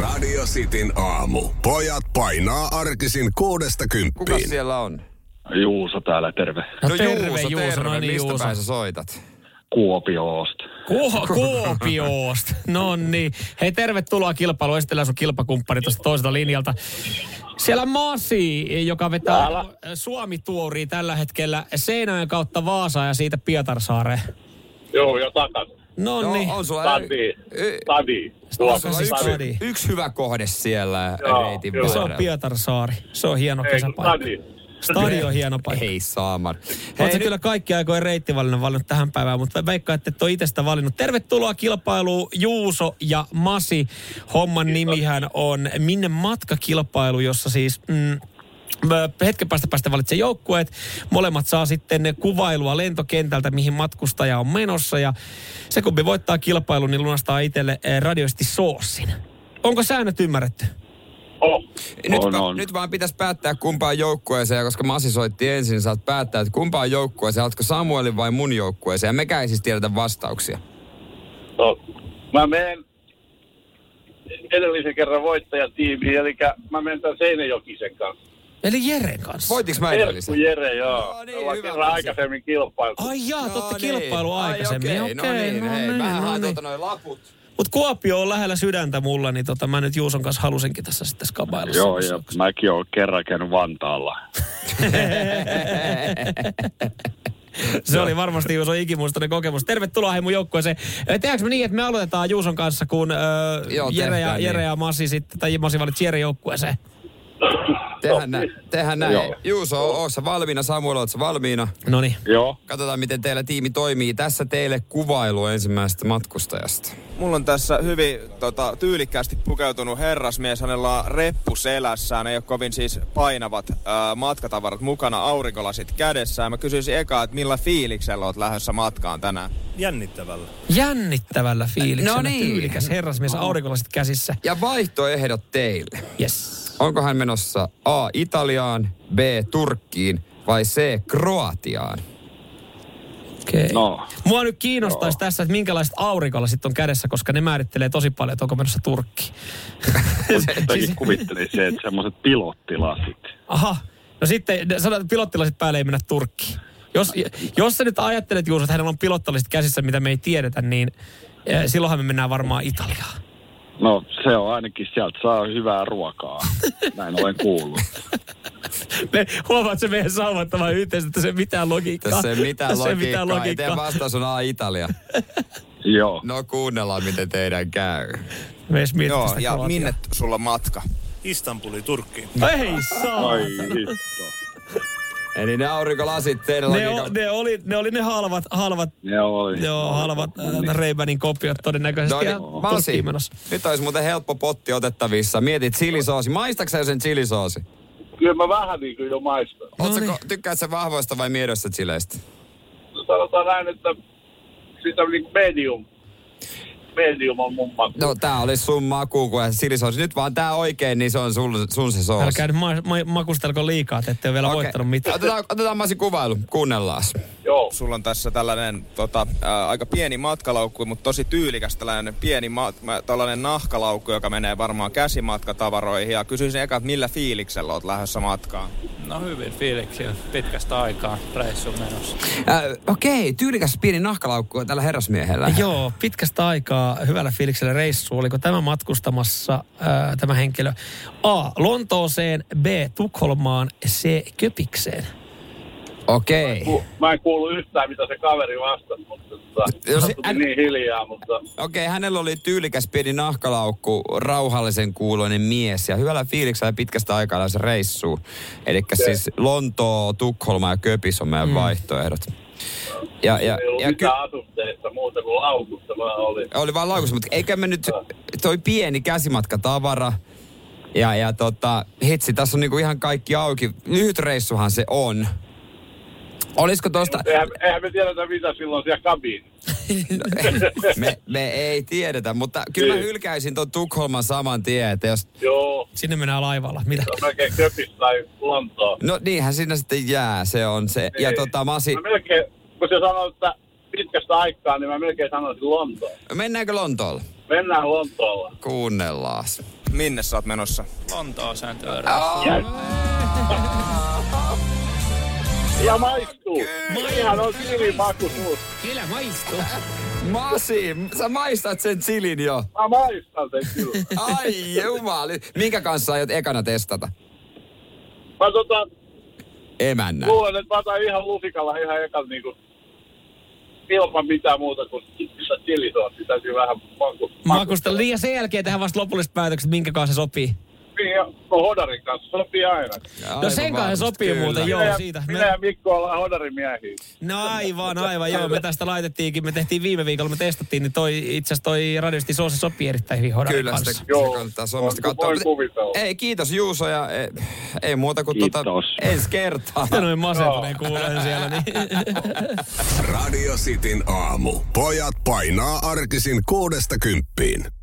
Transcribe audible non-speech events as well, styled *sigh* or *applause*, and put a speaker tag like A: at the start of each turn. A: Radio Cityn aamu. Pojat painaa arkisin kuudesta
B: Kuka
A: kymppiin.
B: siellä on?
C: Juuso täällä, terve.
B: No,
D: terve, Juuso, no niin,
B: mistä
D: Juuso.
B: päin sä soitat?
C: Kuopioosta.
D: Kuo, Kuopiosta. No niin. Hei, tervetuloa kilpailuun. Esitellään sun kilpakumppani tuosta toiselta linjalta. Siellä Masi, joka vetää suomi tuoria tällä hetkellä Seinäjoen kautta Vaasaan ja siitä Pietarsaareen.
E: Joo, ja takas.
D: No niin.
B: No, on sulla,
E: Tadi.
B: y-
E: Tadi.
B: on
D: Onko
B: sulla
D: siis
B: yksi,
D: Tadi?
B: yksi, hyvä kohde siellä
E: Joo,
B: reitin
E: joo.
D: Se on
B: varrella.
D: Pietarsaari. Se on hieno
E: Ei, kun
D: kesäpaikka.
E: Tadi.
D: Stadio on hieno paikka.
B: Ei saaman.
D: Oletko kyllä kaikki aikojen reittivalinnan valinnut tähän päivään, mutta veikkaan, että et ole itsestä valinnut. Tervetuloa kilpailuun Juuso ja Masi. Homman nimihän on Minne matkakilpailu, jossa siis... Mm, ö, hetken päästä päästä valitsee joukkueet. Molemmat saa sitten kuvailua lentokentältä, mihin matkustaja on menossa. Ja se kumpi voittaa kilpailun, niin lunastaa itselle eh, radioisti soosin. Onko säännöt ymmärretty?
E: Oh.
B: Nyt,
C: On,
B: va-
C: on.
B: nyt vaan pitäisi päättää kumpaan joukkueeseen, ja koska Masi soitti ensin, niin saat päättää, että kumpaan joukkueeseen, oletko Samuelin vai mun joukkueeseen. Ja mekään ei siis tiedetä vastauksia.
E: No, mä menen edellisen kerran voittajatiimiin, eli mä menen tämän Seinäjokisen kanssa.
D: Eli Jeren kanssa.
B: Voitiks mä
E: Terkku
B: edellisen?
E: Jere, joo.
B: No
E: No,
B: niin,
E: niin, Ollaan
B: hyvä
E: kerran
B: asia.
E: aikaisemmin kilpailtu.
D: Ai jaa,
B: No
D: totta
B: niin.
D: kilpailu
B: Ai
D: aikaisemmin.
B: okei, no niin, hei, vähän haen tuota noi laput.
D: Mutta Kuopio on lähellä sydäntä mulla, niin tota, mä nyt Juuson kanssa halusinkin tässä sitten skabailla.
C: Joo, ja mäkin olen kerran käynyt Vantaalla.
D: Se oli varmasti Juuson ikimuistainen kokemus. Tervetuloa hei mun joukkueeseen. Ö, Tehdäänkö me niin, että me aloitetaan Juuson kanssa, kun äh,
B: Joo,
D: Jere, ja,
B: tehdään
D: Jere
B: niin.
D: ja Masi sitten, tai Masi valitsi Jere joukkueeseen.
B: Tehän näin. Tehän näin.
C: Joo.
B: Juuso, oot sä valmiina? Samuel, oot sä valmiina?
D: No niin.
C: Joo.
B: Katsotaan, miten teillä tiimi toimii. Tässä teille kuvailu ensimmäisestä matkustajasta.
F: Mulla on tässä hyvin tota, tyylikkäästi pukeutunut herrasmies, hänellä on reppu selässään, ei ole kovin siis painavat ää, matkatavarat mukana, aurinkolasit kädessään. Mä kysyisin eka, että millä fiiliksellä oot lähdössä matkaan tänään?
G: Jännittävällä.
D: Jännittävällä fiiliksellä.
B: No niin.
D: Tyylikäs herrasmies, aurinkolasit käsissä.
B: Ja vaihtoehdot teille.
D: Yes.
B: Onko hän menossa A. Italiaan, B. Turkkiin vai C. Kroatiaan?
D: Okei. Okay. *laughs*
C: No.
D: Mua nyt kiinnostaisi tässä, että minkälaiset aurinkolasit on kädessä, koska ne määrittelee tosi paljon, että onko menossa Turkkiin. siis-
C: Jotenkin kuvittelin se, että semmoiset pilottilasit.
D: Aha. No sitten ne sanat, pilottilasit päälle ei mennä Turkkiin. Jos, jos sä nyt ajattelet, Juuso, että hänellä on pilottilasit käsissä, mitä me ei tiedetä, niin eh, silloinhan me mennään varmaan Italiaan.
C: No se on ainakin, sieltä saa hyvää ruokaa. Näin olen
D: *laughs*
C: kuullut.
D: Me, huomaat se meidän sauvattavan yhteistyötä, että se ei mitään logiikkaa.
B: Tässä ei mitään
D: Tässä ei
B: logiikkaa.
D: mitään
B: Teidän
D: logiikkaa.
B: vastaus on A. Italia.
C: Joo.
B: No kuunnellaan, miten teidän käy.
D: Me edes mietitään
F: Joo,
D: sitä
F: ja
D: Kroatiaa.
F: minne t- sulla on matka?
G: Istanbuli, Turkkiin.
D: Ei saa.
C: Ai hitto.
D: no.
B: Eli ne aurinkolasit teidän
D: Ne, o,
B: logiikalla.
D: ne, oli, ne oli ne halvat, halvat,
C: Ne oli. Niin.
D: joo, halvat äh, Reibanin kopiot
B: No
D: todennäköisesti.
B: niin,
D: ja
B: Masi,
D: Turkkiin menossa.
B: nyt olisi muuten helppo potti otettavissa. Mietit chilisoosi. Maistaksä sen chilisoosi?
E: Kyllä mä vähän niin kuin jo maistan.
D: No
B: Ootko,
D: niin.
B: tykkäät sä vahvoista vai miedoista chileistä?
E: No, sanotaan näin, että sitä niin kuin medium. Medium on mun makku.
B: No tää oli sun maku, kun chilisoosi. Nyt vaan tää oikein, niin se on sun, sun se soosi.
D: Älkää nyt ma- ma- makustelko liikaa, että ette ole vielä
B: Okei.
D: voittanut mitään.
B: Otetaan, otetaan Masi kuvailu, kuunnellaan.
E: Joo.
F: Sulla on tässä tällainen tota, ää, aika pieni matkalaukku, mutta tosi tyylikäs tällainen pieni ma- mä- tällainen nahkalaukku, joka menee varmaan käsimatkatavaroihin. Ja kysyisin eka, että millä fiiliksellä oot lähdössä matkaan?
H: No hyvin fiiliksiä pitkästä aikaa reissun menossa.
B: Äh, Okei, tyylikäs pieni nahkalaukku tällä herrasmiehellä.
D: Joo, pitkästä aikaa hyvällä fiiliksellä reissu. Oliko tämä matkustamassa ää, tämä henkilö A. Lontooseen, B. Tukholmaan, C. Köpikseen?
B: Okei.
E: Ku- Mä en kuulu yhtään, mitä se kaveri vastasi, mutta tota,
B: Jos-
E: se,
B: älä-
E: niin hiljaa, mutta
B: Okei, hänellä oli tyylikäs pieni nahkalaukku, rauhallisen kuuloinen mies ja hyvällä fiiliksellä pitkästä aikaa lähes reissuun. Eli siis Lontoo, Tukholma ja Köpis on meidän mm. vaihtoehdot. Ja, ja,
E: ei ollut
B: ja ky-
E: mitään asusteista muuta kuin laukusta vaan oli.
B: oli vaan laukussa, mutta eikä me nyt, toi pieni käsimatkatavara, ja, ja tota, hitsi, tässä on niinku ihan kaikki auki. Lyhyt reissuhan se on. Olisiko tosta,
E: *laughs* Eihän, eihän me tiedetä, mitä silloin siellä kabiin.
B: me, me ei tiedetä, mutta kyllä mä hylkäisin ton Tukholman saman tien, että jos,
E: Joo,
D: Sinne mennään laivalla. Mitä?
E: se on melkein köpistä tai Lontoa.
B: no niinhän siinä sitten jää, se on se. Ja
E: Niin.
B: tota Masi,
E: Mä melkein, kun se sanoi, että pitkästä aikaa, niin mä melkein sanoisin Lontoa.
B: mennäänkö Lontoolle?
E: Mennään Lontoolla.
B: Kuunnellaas.
F: Minne sä oot menossa?
H: Lontooseen
E: Ja maistuu. Ihan on kivi maku suussa.
D: Kyllä maistuu.
B: Masi, sä maistat sen chilin jo.
E: Mä maistan sen kyllä.
B: Ai jumali. Minkä kanssa aiot ekana testata?
E: Mä tota,
B: Emännä.
E: luulen, että mä otan ihan lusikalla ihan ekan niinku ilman mitään muuta kuin chilisootti. Täytyy vähän maku.
D: Makusta liian sen jälkeen tehdään vasta lopulliset päätökset, minkä kanssa se sopii.
E: Niin, ja- No hodarin kanssa sopii aina.
D: No
B: Aivan
D: sen kanssa
B: varmasti,
D: sopii
B: kyllä.
D: muuten,
E: Minä
D: joo,
E: ja-
D: siitä.
E: Minä
D: Me-
E: ja Mikko ollaan hodarin miehiä.
D: No aivan, aivan, joo. Me tästä laitettiinkin, me tehtiin viime viikolla, me testattiin, niin toi, itse asiassa toi radiosti Soose sopii erittäin hyvin hodarin
B: Kyllä sitä,
D: kanssa.
B: sitä
E: Joo.
B: kannattaa Suomesta
E: Voin-
B: katsoa.
E: voin kuvitella.
B: Ei, kiitos Juuso ja ei, ei muuta kuin tota,
C: Kiitos.
B: ensi kertaa.
D: Sitä noin masentuneen kuulen siellä, niin...
A: Radio Cityn aamu. Pojat painaa arkisin kuudesta kymppiin.